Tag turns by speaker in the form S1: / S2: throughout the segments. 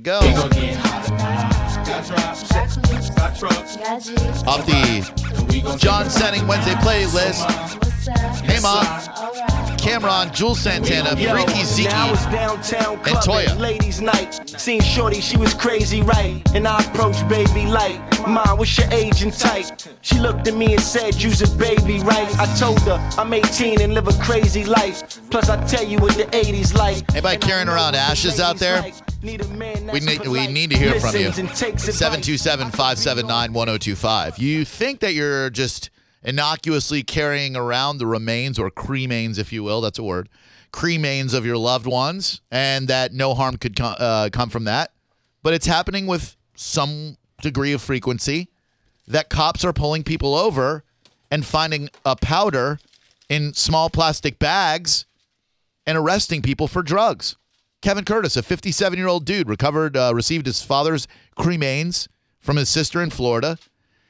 S1: Go. Off the John Setting Wednesday playlist, Hey Ma, Cameron, Jules Santana, Freaky Zeke.
S2: Now it's downtown club
S1: Toya.
S2: ladies' night. Seen Shorty, she was crazy, right? And I approached baby light. Mom, what's your age and type? She looked at me and said, You's a baby, right? I told her I'm 18 and live a crazy life. Plus, I tell you what the 80s like.
S1: Anybody carrying around ashes out there? We need, we need to hear from you. 727 579 1025. You think that you're just innocuously carrying around the remains or cremains, if you will, that's a word, cremains of your loved ones, and that no harm could co- uh, come from that. But it's happening with some degree of frequency that cops are pulling people over and finding a powder in small plastic bags and arresting people for drugs. Kevin Curtis, a 57 year old dude, recovered, uh, received his father's cremains from his sister in Florida.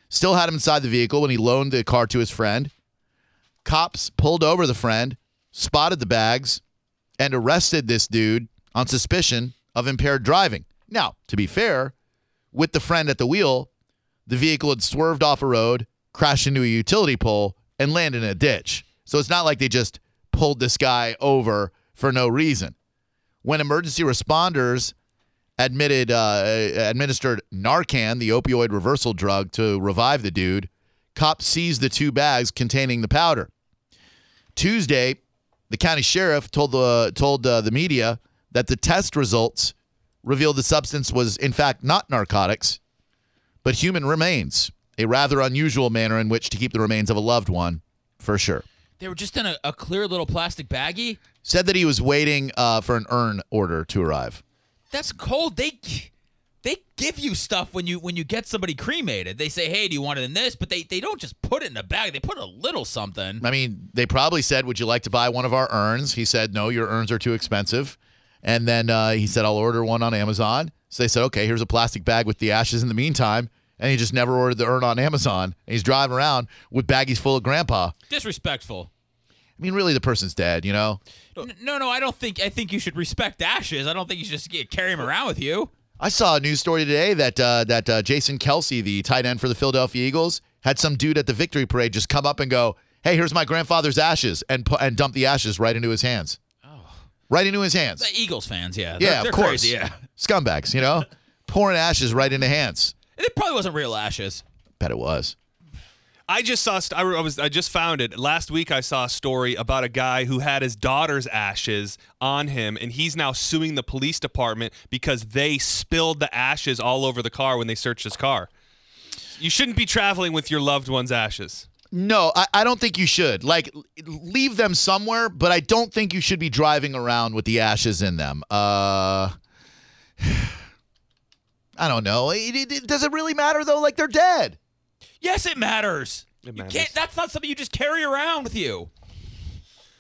S1: Still had him inside the vehicle when he loaned the car to his friend. Cops pulled over the friend, spotted the bags, and arrested this dude on suspicion of impaired driving. Now, to be fair, with the friend at the wheel, the vehicle had swerved off a road, crashed into a utility pole, and landed in a ditch. So it's not like they just pulled this guy over for no reason. When emergency responders admitted uh, administered Narcan, the opioid reversal drug, to revive the dude, cops seized the two bags containing the powder. Tuesday, the county sheriff told the told uh, the media that the test results revealed the substance was in fact not narcotics, but human remains. A rather unusual manner in which to keep the remains of a loved one, for sure.
S3: They were just in a, a clear little plastic baggie.
S1: Said that he was waiting uh, for an urn order to arrive.
S3: That's cold. They they give you stuff when you when you get somebody cremated. They say, "Hey, do you want it in this?" But they they don't just put it in a bag. They put a little something.
S1: I mean, they probably said, "Would you like to buy one of our urns?" He said, "No, your urns are too expensive." And then uh, he said, "I'll order one on Amazon." So they said, "Okay, here's a plastic bag with the ashes." In the meantime, and he just never ordered the urn on Amazon. And he's driving around with baggies full of grandpa.
S3: Disrespectful.
S1: I mean, really, the person's dead, you know.
S3: N- no, no, I don't think I think you should respect ashes. I don't think you should just get- carry them around with you.
S1: I saw a news story today that uh, that uh, Jason Kelsey, the tight end for the Philadelphia Eagles, had some dude at the victory parade just come up and go, "Hey, here's my grandfather's ashes," and pu- and dump the ashes right into his hands. Right into his hands.
S3: The Eagles fans, yeah. They're-
S1: Yeah,
S3: they're
S1: of course.
S3: crazy, yeah.
S1: Scumbags, you know? Pouring ashes right into hands.
S3: And It probably wasn't real ashes.
S1: Bet it was.
S4: I just saw. st- I re- I was. I just found it last week. I saw a story about a guy who had his daughter's ashes on him, and he's now suing the police department because they spilled the ashes all over the car when they searched his car. You shouldn't be traveling with your loved one's ashes.
S1: No, I, I don't think you should. Like, l- leave them somewhere, but I don't think you should be driving around with the ashes in them. Uh, I don't know. It, it, it- does it really matter, though? Like, they're dead.
S3: Yes, it matters. you
S4: matters.
S3: can't. That's not something you just carry around with you.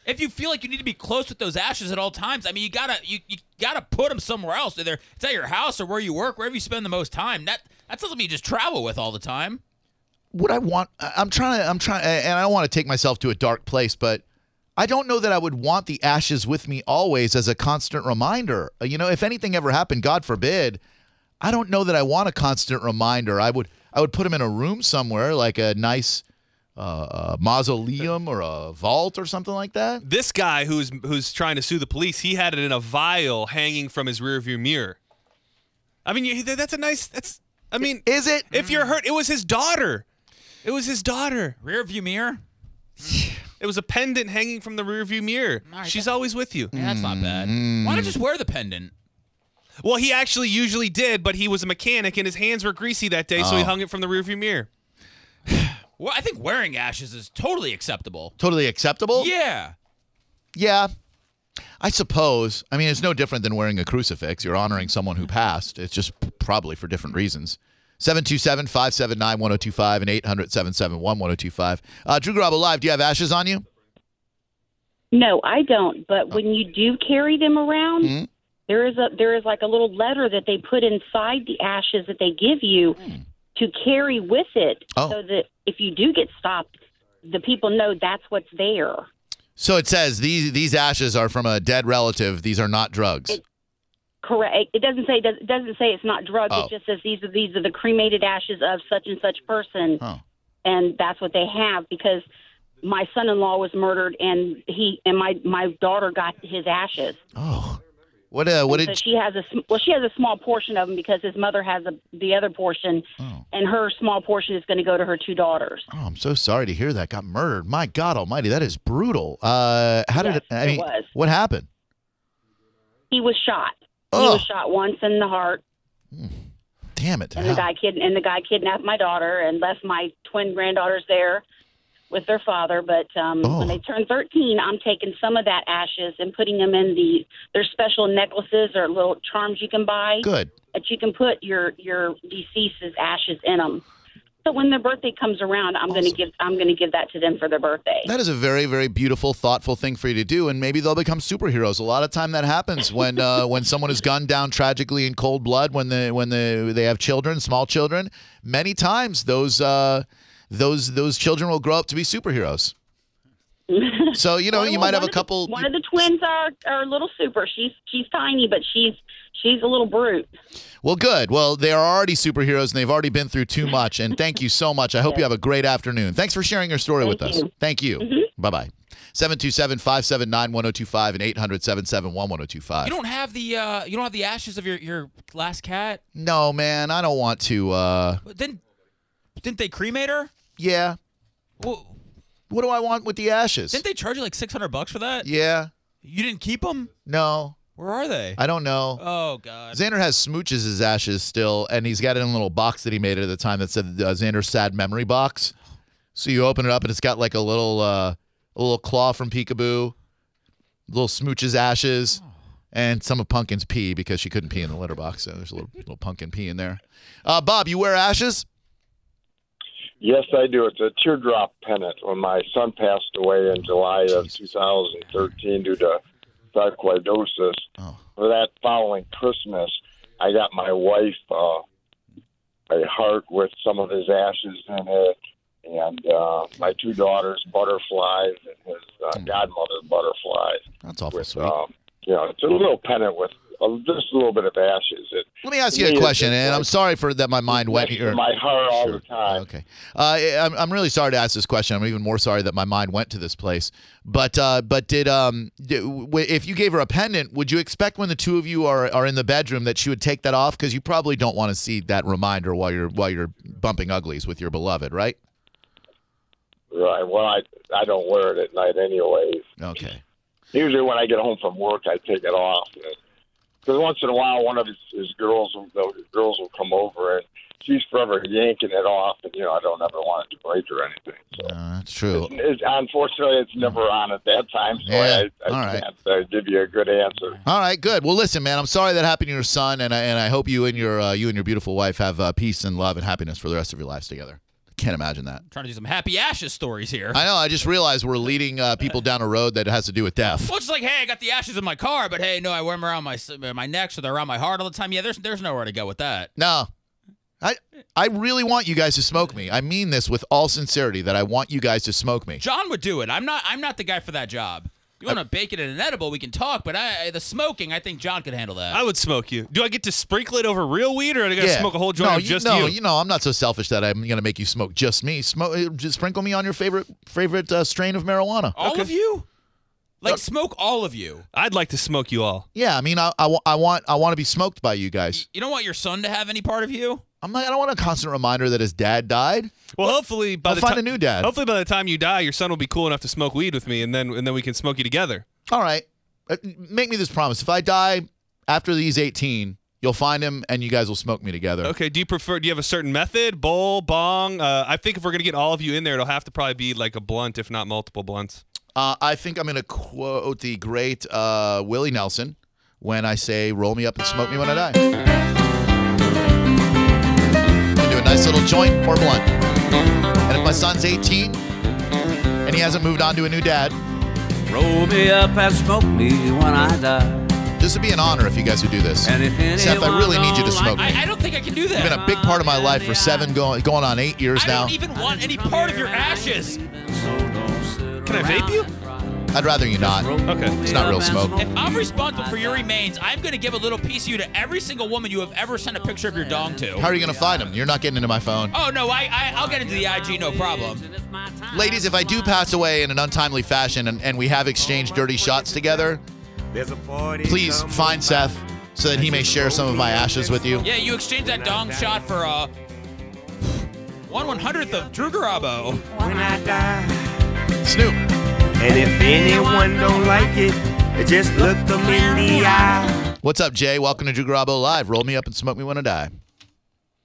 S3: If you feel like you need to be close with those ashes at all times, I mean, you gotta you, you gotta put them somewhere else. Either it's at your house or where you work, wherever you spend the most time. That that's not something you just travel with all the time.
S1: Would I want, I- I'm trying to, I'm trying, and I don't want to take myself to a dark place, but I don't know that I would want the ashes with me always as a constant reminder. Uh, You know, if anything ever happened, God forbid, I don't know that I want a constant reminder. I would I would put them in a room somewhere, like a nice uh, uh, mausoleum or a vault or something like that.
S4: This guy who's who's trying to sue the police, he had it in a vial hanging from his rearview mirror. I mean, you, that's a nice. That's. I mean,
S1: Is it?
S4: if you're hurt, it was his daughter. It was his daughter.
S3: Rear view mirror.
S4: It was a pendant hanging from the rearview mirror.
S3: All right,
S4: She's
S3: that-
S4: always with you.
S3: Yeah, that's not bad. Why not just wear the pendant?
S4: Well, he actually usually did, but he was a mechanic and his hands were greasy that day, so
S1: Oh.
S4: he hung it from the rearview mirror.
S3: Well, I think wearing ashes is totally acceptable.
S1: Totally acceptable.
S3: Yeah.
S1: Yeah. I suppose. I mean, it's no different than wearing a crucifix. You're honoring someone
S5: Mm-hmm.
S1: who passed. It's just p- probably for different reasons. 727 579 1025 and 800 771 1025. Uh, Drew Garabo Live, do you have ashes on you?
S5: No, I don't. But when you do carry them around,
S1: Hmm?
S5: there is a there is like a little letter that they put inside the ashes that they give you to carry with it,
S1: Hmm. Oh.
S5: so that if you do get stopped, the people know that's what's there.
S1: So it says these these ashes are from a dead relative. These are not drugs.
S5: correct. It doesn't say it doesn't say it's not drugs.
S1: Oh.
S5: It just says these are these are the cremated ashes of such and such person,
S1: Huh.
S5: and that's what they have because my son-in-law was murdered and he and my my daughter got his ashes.
S1: Oh. What uh what
S5: so
S1: did
S5: she has a sm- well she has a small portion of them because his mother has a, the other portion
S1: Oh.
S5: and her small portion is going to go to her two daughters
S1: Oh, I'm so sorry to hear that. Got murdered. My God Almighty, that is brutal. Uh, how did
S5: Yes,
S1: it? I
S5: it
S1: mean,
S5: was.
S1: what happened?
S5: he was shot he
S1: Ugh.
S5: was shot once in the heart
S1: Damn it!
S5: and
S1: How-
S5: the guy kid and the guy kidnapped my daughter and left my twin granddaughters there with their father but um
S1: Oh.
S5: when they turn 13 I'm taking some of that ashes and putting them in the their special necklaces or little charms you can buy
S1: Good.
S5: that you can put your your deceased's ashes in them. So when their birthday comes around, I'm going to give I'm going to give that to them for their birthday.
S1: That is a very, very beautiful, thoughtful thing for you to do, and maybe they'll become superheroes. A lot of time that happens when uh, when someone is gunned down tragically in cold blood, when the when the they have children, small children. Many times those uh, those those children will grow up to be superheroes. So you know
S5: Well,
S1: you might have
S5: one
S1: a
S5: of the-
S1: couple.
S5: one of the twins are are a little super. She's she's tiny, but she's she's a little brute.
S1: Well, good. Well, they are already superheroes and they've already been through too much. And thank you so much. I hope you have a great afternoon. Thanks for sharing your story
S5: Thank
S1: with us.
S5: you. Mm-hmm.
S1: Thank you. Bye bye. 727 579 1025 and 800 771
S3: You
S1: 1025.
S3: don't have the uh, you don't have the ashes of your, your last cat.
S1: No, man, I don't want to. Uh,
S3: But Didn't didn't they cremate her?
S1: yeah.
S3: Well,
S1: What do I want with the ashes?
S3: didn't they charge you like six hundred bucks for that?
S1: yeah.
S3: You didn't keep them.
S1: No,
S3: Where are they?
S1: I don't know.
S3: oh God.
S1: Xander has smooches his ashes still, and he's got it in a little box that he made at the time that said uh, Xander's sad memory box. So you open it up, and it's got like a little, uh, a little claw from Peekaboo, little smooches ashes, and some of Pumpkin's pee because she couldn't pee in the litter box. So there's a little, little pumpkin pee in there. Uh, Bob, you wear ashes?
S6: Yes, I do. It's a teardrop pennant. When my son passed away in July of 2013 due to sarcoidosis,
S1: Oh,
S6: for that following Christmas, I got my wife uh, a heart with some of his ashes in it, and uh, my two daughters, butterflies, and his uh, godmother, butterflies.
S1: that's awful
S6: With
S1: Hmm. Oh, sweet.
S6: um, you know, it's a little pennant with uh, just a little bit of ashes. It
S1: Let me ask you
S6: me,
S1: a
S6: it's
S1: question,
S6: just
S1: and
S6: like-
S1: I'm sorry for that. My mind went
S6: it's
S1: here.
S6: in my heart all the time.
S1: Okay. Uh, I'm, I'm really sorry to ask this question. I'm even more sorry that my mind went to this place. But uh, but did um d- w- if you gave her a pendant, would you expect when the two of you are, are in the bedroom that she would take that off? Because you probably don't want to see that reminder while you're while you're bumping uglies with your beloved, right?
S6: Right. Well, I I don't wear it at night anyways.
S1: Okay.
S6: usually when I get home from work, I take it off. Because once in a while, one of his, his girls, will- the girls will come over, and she's forever yanking it off. And you know, I don't ever want it to break or anything. So
S1: Uh, that's true.
S6: it's, unfortunately, it's never on at that time. So
S1: Yeah,
S6: I, I
S1: all right.
S6: can't uh, give you a good answer.
S1: All right, good. Well, listen, man, I'm sorry that happened to your son, and I, and I hope you and your uh, you and your beautiful wife have uh, peace and love and happiness for the rest of your lives together. Can't imagine that.
S3: trying to do some happy ashes stories here.
S1: I know. I just realized we're leading uh, people down a road that has to do with death.
S3: well, it's like, hey, I got the ashes in my car, but hey, no, I wear them around my s- my neck, so they're around my heart all the time. Yeah, there's there's nowhere to go with that.
S1: No. I I really want you guys to smoke me. I mean this with all sincerity that I want you guys to smoke me.
S3: John would do it. I'm not I'm not the guy for that job. You want to bake it in an edible? We can talk, but I, I- the smoking, I think John could handle that.
S4: I would smoke you. Do I get to sprinkle it over real weed, or do I got to smoke a whole joint
S1: no,
S4: of just
S1: you, no,
S4: you?
S1: know, I'm not so selfish that I'm going to make you smoke just me. Smoke just sprinkle me on your favorite favorite uh, strain of marijuana.
S4: Oh.
S3: all of you, like smoke all of you.
S4: I'd like to smoke you all.
S1: Yeah, I mean I, I, wa- I want I want to be smoked by you guys.
S3: You don't want your son to have any part of you.
S1: I'm like I don't want a constant reminder that his dad died.
S4: Well, hopefully by
S1: I'll
S4: the
S1: find
S4: ti-
S1: a new dad.
S4: Hopefully by the time you die, your son will be cool enough to smoke weed with me, and then and then we can smoke you together.
S1: All right. Uh, Make me this promise. If I die after these 18, you'll find him and you guys will smoke me together.
S4: Okay. Do you prefer? Do you have a certain method? Bowl, bong. Uh, I think if we're gonna get all of you in there, it'll have to probably be like a blunt, if not multiple blunts.
S1: Uh, I think I'm going to quote the great uh, Willie Nelson when I say, roll me up and smoke me when I die. Can do a nice little joint or blunt. And if my son's 18 and he hasn't moved on to a new dad,
S7: Roll me up and smoke me when I die.
S1: this would be an honor if you guys would do this.
S7: And if
S1: Seth, I really
S7: anyone
S1: need you to
S7: don't
S1: smoke me.
S3: I, I don't think I can do that.
S1: You've been a big part of my life for seven, going, going on eight years
S3: I
S1: now.
S3: don't even want any part of your ashes.
S7: So don't sit
S4: Can I vape
S7: around
S4: you?
S7: and cry.
S1: I'd rather you not.
S4: Okay.
S1: It's not real smoke.
S3: If I'm responsible for your remains, I'm going to give a little piece of you to every single woman you have ever sent a picture of your dong to.
S1: How are you going to find them? You're not getting into my phone.
S3: Oh no, I, I I'll get into the IG, no problem.
S1: Ladies, if I do pass away in an untimely fashion and, and we have exchanged dirty shots together, please find Seth so that he may share some of my ashes with you.
S3: Yeah, you exchange that dong shot for uh one one hundredth of Drew Garabo.
S8: When I die,
S1: Snoop.
S8: and if anyone don't like it, just look them in the eye.
S1: What's up, Jay? Welcome to Drew Garabo Live. Roll me up and smoke me when I die.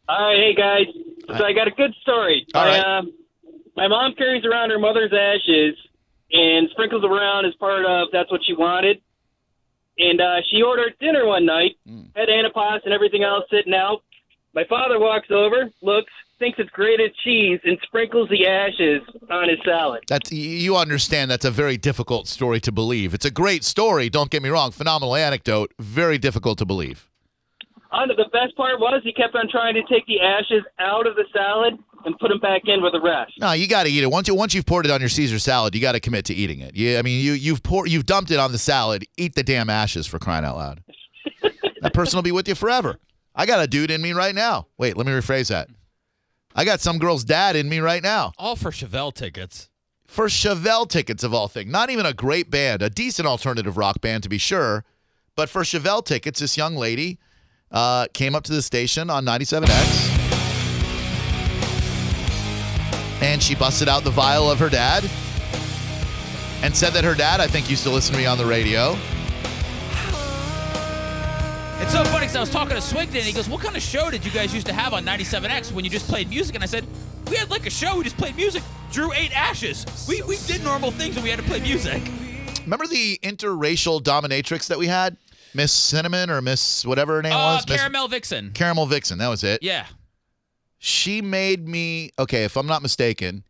S9: All right, hey guys. So I got a good story.
S1: All right.
S9: My, uh, my mom carries around her mother's ashes and sprinkles around as part of that's what she wanted. And uh, she ordered dinner one night,
S1: Mm.
S9: had antipasto and everything else sitting out. My father walks over, looks, thinks it's grated cheese, and sprinkles the ashes on his salad.
S1: That's y- you understand that's a very difficult story to believe. It's a great story, don't get me wrong, phenomenal anecdote, very difficult to believe.
S9: On the best part was he kept on trying to take the ashes out of the salad and put them back in with the rest.
S1: No, you got to eat it. Once you once you've poured it on your Caesar salad, you got to commit to eating it. Yeah, I mean, you you've poured you've dumped it on the salad. Eat the damn ashes for crying out loud. that person will be with you forever. I got a dude in me right now. Wait, let me rephrase that. I got some girl's dad in me right now.
S3: All for Chevelle tickets.
S1: for Chevelle tickets of all things. Not even a great band, a decent alternative rock band to be sure, but for Chevelle tickets, this young lady uh, came up to the station on 97X and she busted out the vial of her dad and said that her dad, I think, used to listen to me on the radio.
S3: It's so funny because I was talking to Swigton and he goes, "What kind of show did you guys used to have on 97X when you just played music?" And I said, "We had like a show. We just played music. Drew ate ashes. We we did normal things and we had to play music."
S1: Remember the interracial dominatrix that we had? Miss Cinnamon or Miss whatever her name
S3: Uh,
S1: was? Miss-
S3: Caramel Vixen.
S1: Caramel Vixen, that was it.
S3: Yeah.
S1: she made me okay if i'm not mistaken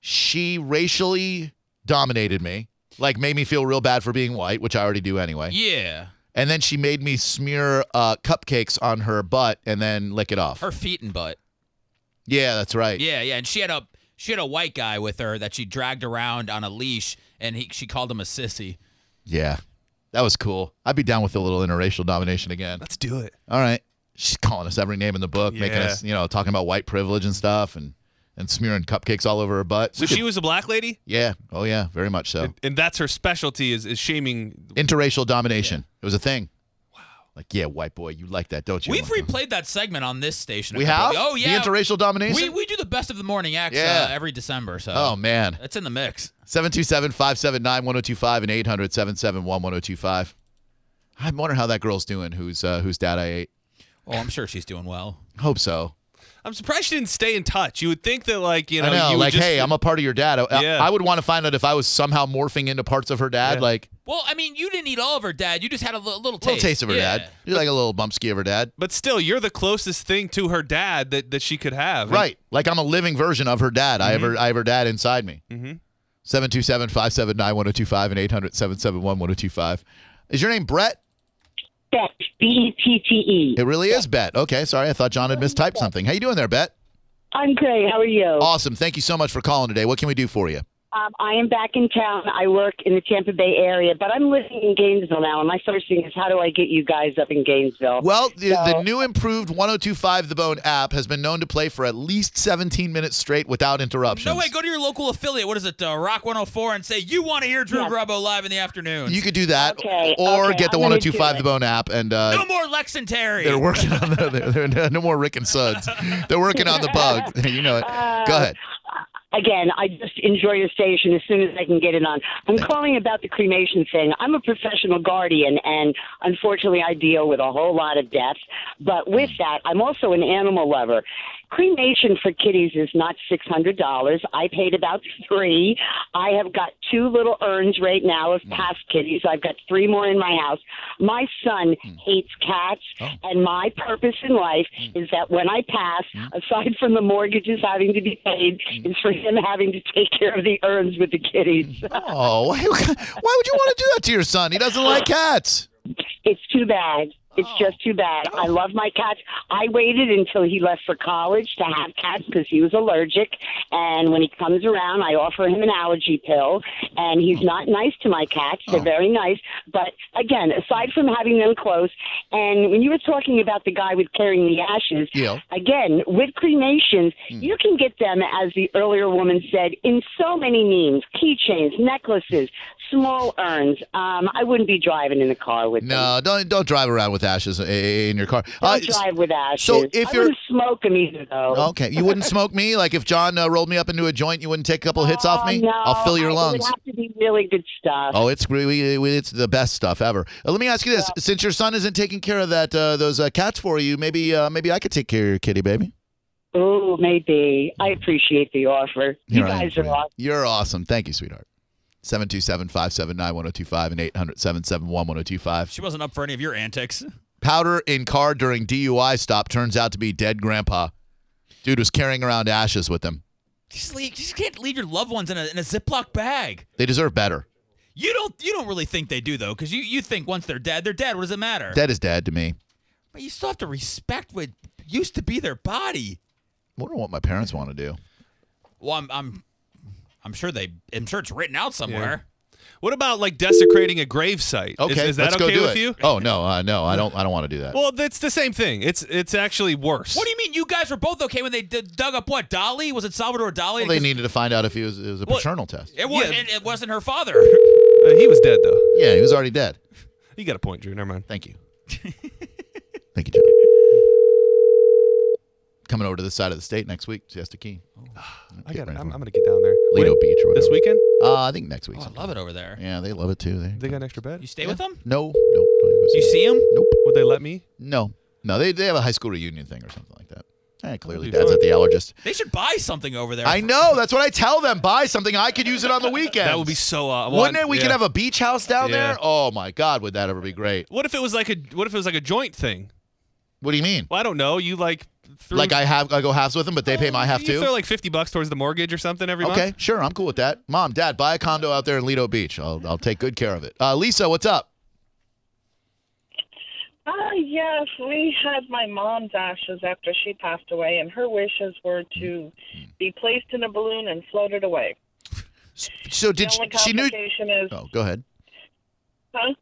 S1: she racially dominated me like made me feel real bad for being white which i already do anyway
S3: Yeah.
S1: and then she made me smear uh, cupcakes on her butt and then lick it off
S3: Her feet and butt.
S1: yeah that's right
S3: Yeah, yeah, and she had a she had a white guy with her that she dragged around on a leash, and he she called him a sissy.
S1: Yeah. that was cool i'd be down with a little interracial domination again
S4: Let's do it.
S1: all right she's calling us every name in the book making
S4: Yeah.
S1: us you know talking about white privilege and stuff and and smearing cupcakes all over her butt
S4: So she was a black lady,
S1: yeah oh yeah very much so
S4: and that's her specialty is, is shaming.
S1: interracial domination. It was a thing. Wow. Like, yeah, white boy, you like that, don't you?
S3: We've
S1: Like,
S3: replayed that segment on this station. a
S1: we
S3: couple-
S1: have.
S3: Oh yeah.
S1: The interracial domination.
S3: we we do the best of the morning acts
S1: Yeah.
S3: uh, every December, so
S1: oh man.
S3: that's in the mix.
S1: 727-579-1025 and 800 1025 I wonder how that girl's doing. Whose uh, whose dad I ate.
S3: Well, I'm sure she's doing well.
S1: Hope so.
S4: I'm surprised she didn't stay in touch. You would think that like you know,
S1: I know.
S4: you would
S1: Like,
S4: just-
S1: hey, I'm a part of your dad. I,
S4: Yeah.
S1: I would want to find out if I was somehow morphing into parts of her dad.
S4: Yeah.
S1: Like
S3: Well, I mean, you didn't eat all of her dad. You just had a li- little
S1: a little
S3: taste.
S1: taste of her
S3: Yeah.
S1: dad. You're like a little bumpski of her dad.
S4: But still, you're the closest thing to her dad that, that she could have.
S1: Right. Like I'm a living version of her dad. I have
S3: Mm-hmm.
S1: her I have her dad inside me.
S4: Mhm.
S1: 727 579 1025 and 800 771 1025. Is your name Brett?
S10: Bet. B E T T E.
S1: It really is Bet. Okay, sorry. I thought John had mistyped something. How you doing there, Bet?
S10: I'm great. How are you?
S1: Awesome. Thank you so much for calling today. What can we do for you?
S10: Um, I am back in town. I work in the Tampa Bay area, but I'm living in Gainesville now, and my first thing is how do I get you guys up in Gainesville?
S1: Well, the, the
S10: So-
S1: new improved 1025 The Bone app has been known to play for at least 17 minutes straight without interruptions.
S3: No way. Go to your local affiliate. What is it? Uh, Rock 104, and say you want to hear Drew
S10: Yeah.
S3: Grubbo live in the afternoon.
S1: You could do that
S10: Okay,
S1: or
S10: okay,
S1: get the
S10: I'm gonna do
S1: 1025 The
S10: it.
S1: Bone app and uh,
S3: no more Lex and Terry.
S1: They're working on the they're, they're- no more Rick and Suds. They're working on the bug. You know it. Go ahead.
S10: Again, I just enjoy your station as soon as I can get it on. I'm calling about the cremation thing. I'm a professional guardian, and unfortunately, I deal with a whole lot of deaths. But with that, I'm also an animal lover. Cremation for kitties is not six hundred dollars. I paid about three. I have got two little urns right now of past kitties. I've got three more in my house. My son hates cats, and my purpose in life is that when I pass, aside from the mortgages having to be paid, is for him having to take care of the urns with the kitties.
S1: Oh, why, why would you want to do that to your son? He doesn't like cats.
S10: it's too bad. It's
S1: Oh.
S10: just too bad. I love my cats. I waited until he left for college to have cats because he was allergic. And when he comes around, I offer him an allergy pill. And he's
S1: Oh.
S10: not nice to my cats. They're very nice. But again, aside from having them close, and when you were talking about the guy with carrying the ashes,
S1: Yeah. Hmm.
S10: again, with cremations, you can get them, as the earlier woman said, in so many means keychains, necklaces, small urns. Um, I wouldn't be driving in the car with them.
S1: No, don't don't drive around with ashes i- i- in your car.
S10: Don't
S1: Uh,
S10: drive with ashes.
S1: so if
S10: I
S1: you're-
S10: wouldn't smoke them either, though.
S1: Okay, you wouldn't smoke me. Like if John uh, rolled me up into a joint, you wouldn't take a couple hits off
S10: Oh,
S1: me.
S10: no,
S1: I'll fill your
S10: I- It
S1: lungs.
S10: would have to be really good stuff.
S1: Oh, it's really it's the best stuff ever. Uh, let me ask you this: since your son isn't taking care of that uh, those uh, cats for you, maybe uh, maybe I could take care of your kitty, baby.
S10: Oh, maybe. I appreciate the offer. You
S1: Here I am
S10: guys
S1: for
S10: are awesome.
S1: You're awesome. Thank you, sweetheart. 727-579-1025 and 800-771-1025.
S3: She wasn't up for any of your antics.
S1: Powder in car during DUI stop turns out to be dead grandpa. Dude was carrying around ashes with him.
S3: Just leave, you just can't leave your loved ones in a, in a Ziploc bag.
S1: They deserve better.
S3: You don't you don't really think they do though, because you, you think once they're dead, they're dead. What does it matter?
S1: Dead is dead to me.
S3: But you still have to respect what used to be their body.
S1: wonder what my parents want to do.
S3: Well, I'm I'm, I'm sure they I'm sure it's written out somewhere.
S4: What about like desecrating a grave site?
S1: Okay,
S4: is, is that
S1: let's
S4: okay
S1: go do
S4: with
S1: it.
S4: you?
S1: Oh no, uh, no, I don't. I don't want to do that.
S4: Well, that's the same thing. It's it's actually worse.
S3: What do you mean? You guys were both okay when they d- dug up what Dolly? Was it Salvador Dolly?
S1: Well, they needed to find out if he was. It was a
S3: Well-
S1: paternal test.
S3: It was.
S4: Yeah.
S3: It, it wasn't her father. Oh,
S4: Uh, he was dead though.
S1: Yeah, he was already dead.
S4: You got a point, Drew. Never mind.
S1: Thank you. Thank you, Johnny. Coming over to this side of the state next week, Siesta Key,
S4: Oh. I
S1: Get
S4: got.
S1: ready
S4: I'm,
S1: for
S4: I'm
S1: it.
S4: gonna get down there.
S1: Lido
S4: Wait,
S1: Beach, or whatever.
S4: this weekend.
S1: Uh, I think next week.
S3: Oh, I
S1: sometime.
S3: love it over there.
S1: Yeah, they love it too. They,
S4: They got an extra bed.
S3: You stay with them?
S1: no, no, don't even
S3: Do
S1: see
S3: you
S1: it.
S3: see him?
S1: Nope,
S4: Would they let me?
S1: no, no. They they have a high school reunion thing or something like that. Eh, clearly,
S4: be
S1: dad's
S4: fun.
S1: at the allergist.
S3: They should buy something over there.
S1: I know. That's what I tell them. Buy something I could use it on the weekend.
S4: That would be so. Uh, well,
S1: Wouldn't it? We
S4: yeah.
S1: could have a beach house down
S4: Yeah.
S1: there. Oh my God, would that ever be great?
S4: What if it was like a? What if it was like a joint thing?
S1: What do you mean?
S4: Well, I don't know. You like. Threw,
S1: Like I have, I go halves with them, but they pay my half
S4: You
S1: too.
S4: throw like fifty bucks towards the mortgage or something every month.
S1: Okay, sure, I'm cool with that. Mom, Dad, buy a condo out there in Lido Beach. I'll, I'll take good care of it. Uh, Lisa, what's up?
S11: Ah, yes, we had my mom's ashes after she passed away, and her wishes were
S1: Mm,
S11: to be placed in a balloon and floated away.
S1: So
S11: The
S1: did she,
S11: only
S1: she knew?
S11: complication is
S1: Oh, go ahead.
S11: huh?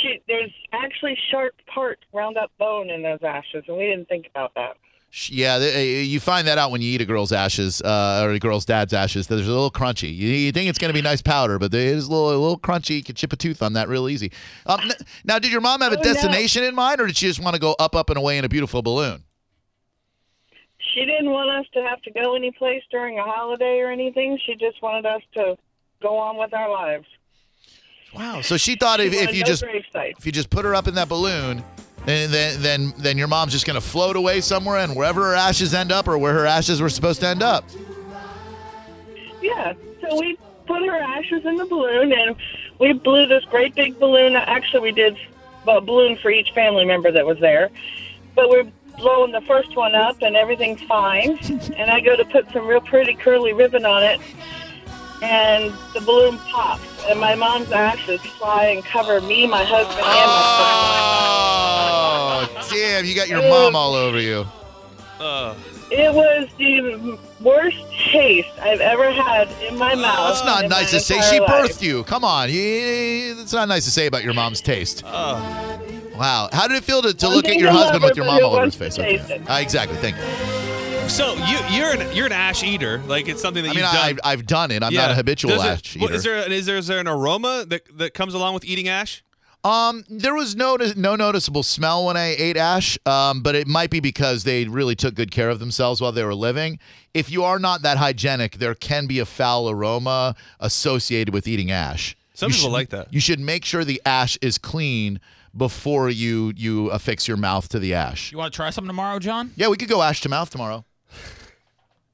S11: she, there's actually sharp part, round up bone in those ashes, and we didn't think about that.
S1: Sh- Yeah, th- uh, you find that out when you eat a girl's ashes uh, or a girl's dad's ashes. There's a little crunchy. You, you think it's going to be nice powder, but it is a little, a little crunchy. You can chip a tooth on that real easy. Um, n- now, did your mom have a
S11: Oh, no.
S1: destination in mind, or did she just want to go up, up, and away in a beautiful balloon?
S11: She didn't want us to have to go anyplace during a holiday or anything. She just wanted us to go on with our lives.
S1: Wow. So she thought if,
S11: She
S1: if
S11: wanted
S1: you
S11: no
S1: just
S11: gravesite.
S1: if you just put her up in that balloon, then then then, then your mom's just going to float away somewhere, and wherever her ashes end up, or where her ashes were supposed to end up.
S11: Yeah, so we put her ashes in the balloon, and we blew this great big balloon. Actually, we did a balloon for each family member that was there. But we're blowing the first one up, and everything's fine. and I go to put some real pretty curly ribbon on it, and the balloon pops, and my mom's ashes fly and cover me, my husband, and my son.
S1: Oh, damn! You got your mom all over you.
S4: Uh,
S11: It was the worst taste I've ever had in my mouth.
S1: That's not
S11: in my
S1: nice to say.
S11: entire
S1: She
S11: life.
S1: birthed you. Come on, it's not nice to say about your mom's taste.
S11: Oh.
S1: Wow, how did it feel to, to
S11: One
S1: look at
S11: thing
S1: your
S11: to love
S1: husband with your
S11: her,
S1: mom
S11: but
S1: all over
S11: one
S1: his face?
S11: to
S1: Okay.
S11: taste it.
S1: Uh, exactly. Thank you.
S4: So you you're an you're an ash eater. Like it's something that
S1: I
S4: you've
S1: mean, I,
S4: done.
S1: I've- I've done it. I'm
S4: Yeah.
S1: not a habitual
S4: Does it-
S1: ash
S4: what-
S1: eater.
S4: Is there an, is there is there an aroma that that comes along with eating ash?
S1: Um, there was no no noticeable smell when I ate ash. Um, but it might be because they really took good care of themselves while they were living. If you are not that hygienic, there can be a foul aroma associated with eating ash.
S4: Some
S1: You
S4: people
S1: should-
S4: like that.
S1: You should make sure the ash is clean before you you affix your mouth to the ash.
S3: You want to try something tomorrow, John?
S1: Yeah, we could go ash to mouth tomorrow.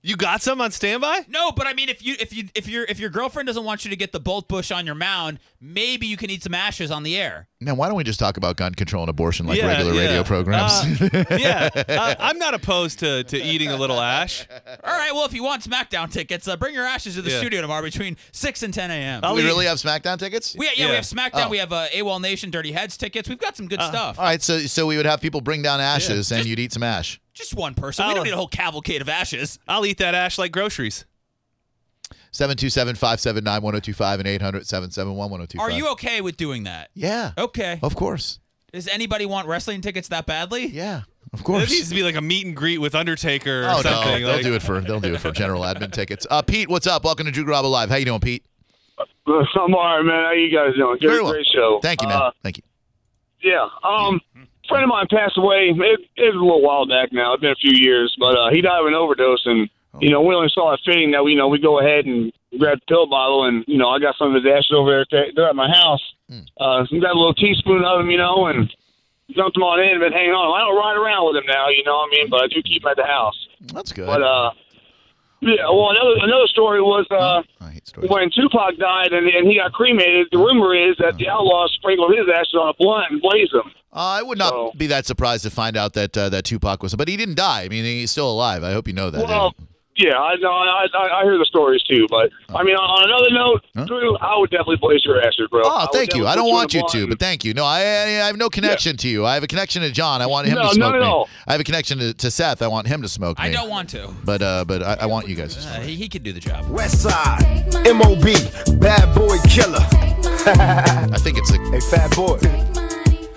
S4: You got some on standby?
S3: No, but I mean, if you if you if your if your girlfriend doesn't want you to get the bolt bush on your mound, maybe you can eat some ashes on the air.
S1: Now, why don't we just talk about gun control and abortion like
S4: Yeah,
S1: regular
S4: yeah.
S1: radio programs?
S4: Uh, yeah, uh, I'm not opposed to, to eating a little ash.
S3: All right. Well, if you want SmackDown tickets, uh, bring your ashes to the
S4: Yeah.
S3: studio tomorrow between six and ten a.m.
S1: Do we really have SmackDown tickets?
S3: We, yeah, we have SmackDown.
S1: Oh.
S3: We have uh, AWOL Nation, Dirty Heads tickets. We've got some good stuff.
S1: All right, so so we would have people bring down ashes and you'd eat some ash.
S3: Just one person. we
S4: I'll-
S3: don't need a whole cavalcade of ashes.
S4: I'll eat that ash like groceries.
S1: 727 579 1025 and 800 771 1025.
S3: Are you Oh. okay with doing that?
S1: Yeah.
S3: Okay.
S1: Of course.
S3: Does anybody want wrestling tickets that badly?
S1: Yeah. Of
S4: It
S1: course.
S4: needs to be like a meet and greet with Undertaker or
S1: Oh no,
S4: something.
S1: they'll
S4: like-
S1: do it for they'll do it for general admin tickets. Uh, Pete, what's up? Welcome to Drew Garabo Live. How you doing, Pete?
S12: I'm all right, man. How you guys doing? Good,
S1: Very well.
S12: great show.
S1: Thank you, man.
S12: Uh,
S1: Thank you.
S12: yeah. Um, friend of mine passed away. It, it was a little while back now. It's been a few years, but uh, he died of an overdose, and you know we only saw a fitting that we you know we go ahead and grab the pill bottle, and you know I got some of his ashes over there. at- They're at my house. Uh, so we got a little teaspoon of them, you know, and dumped them on in. But hang on, I don't ride around with them now, you know what I mean? But I do keep 'em at the house.
S1: That's good.
S12: But uh, yeah. Well, another another story was uh, when Tupac died and, and he got cremated. The rumor is that the outlaws sprinkled his ashes on a blunt and blazed them.
S1: Uh, I would not be that surprised to find out that uh, that Tupac was, but he didn't die. I mean, he's still alive. I hope you know that.
S12: Well, yeah, I know. I, I, I hear the stories too, but
S1: Oh.
S12: I mean, on another note, Drew, I would definitely blaze your ashes, bro.
S1: Oh,
S12: would
S1: thank you.
S12: definitely
S1: I don't
S12: put
S1: want
S12: in
S1: you
S12: a
S1: to,
S12: blunt.
S1: but thank you. No, I, I have no connection to you. I have a connection to John. I want him
S12: No,
S1: to
S12: not
S1: smoke
S12: at
S1: me.
S12: all.
S1: I have a connection to, to Seth. I want him to smoke me.
S3: I don't want to.
S1: But uh, but I, I want you guys to smoke.
S3: Uh, he, he could do the job.
S13: Westside, MOB, bad boy killer.
S1: I think it's a
S13: hey fat boy.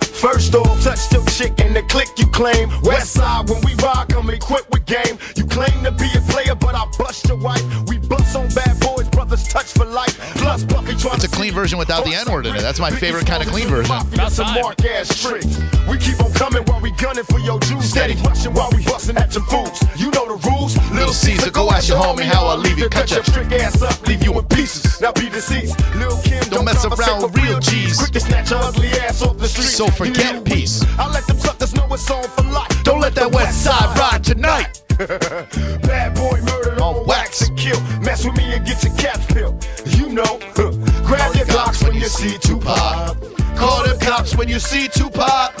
S13: First off, touch the chick and the click you claim. Westside, when we rock, I'm equipped with game. You claim to be a player, but I bust your wife. We bust on bad boys, brothers touch for life. Plus, Buffy trying
S1: It's a clean version without the N word in it. That's my favorite kind of clean version.
S13: Got some mark ass tricks. We keep on coming while we gunning for your juice. Steady rushing while we busting at your fools. You know the rules. Little Caesar, go at your homie. How I leave you. Cut your trick ass up, leave you in pieces. Now be deceased. Lil Kim, don't, mess around with real G's. Quick to snatch your ugly ass off the street. So forget peace. I let them suckers know it's on for life. Don't let that west side ride tonight. Bad boy murdered on wax and kill. Mess with me and get your caps peeled. You know, huh. grab your Glocks when you see Tupac. Call the cops when you see Tupac.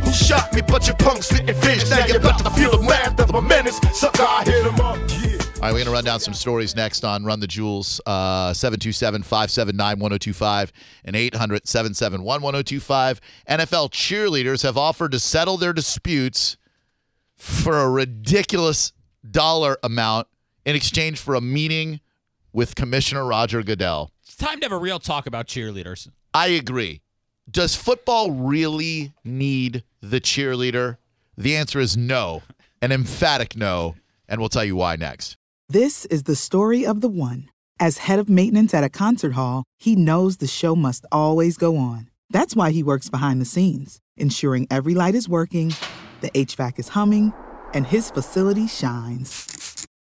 S13: Who shot me? But your punks didn't fish. Now you're about to feel the wrath of a menace. Sucker, I hit him up.
S1: All right, we're going to run down some stories next on Run the Jewels, uh, 727 579 1025 and 800 771 1025. NFL cheerleaders have offered to settle their disputes for a ridiculous dollar amount in exchange for a meeting with Commissioner Roger Goodell.
S3: It's time to have a real talk about cheerleaders.
S1: I agree. Does football really need the cheerleader? The answer is no, an emphatic no, and we'll tell you why next.
S14: This is the story of the one. As head of maintenance at a concert hall, he knows the show must always go on. That's why he works behind the scenes, ensuring every light is working, the HVAC is humming, and his facility shines.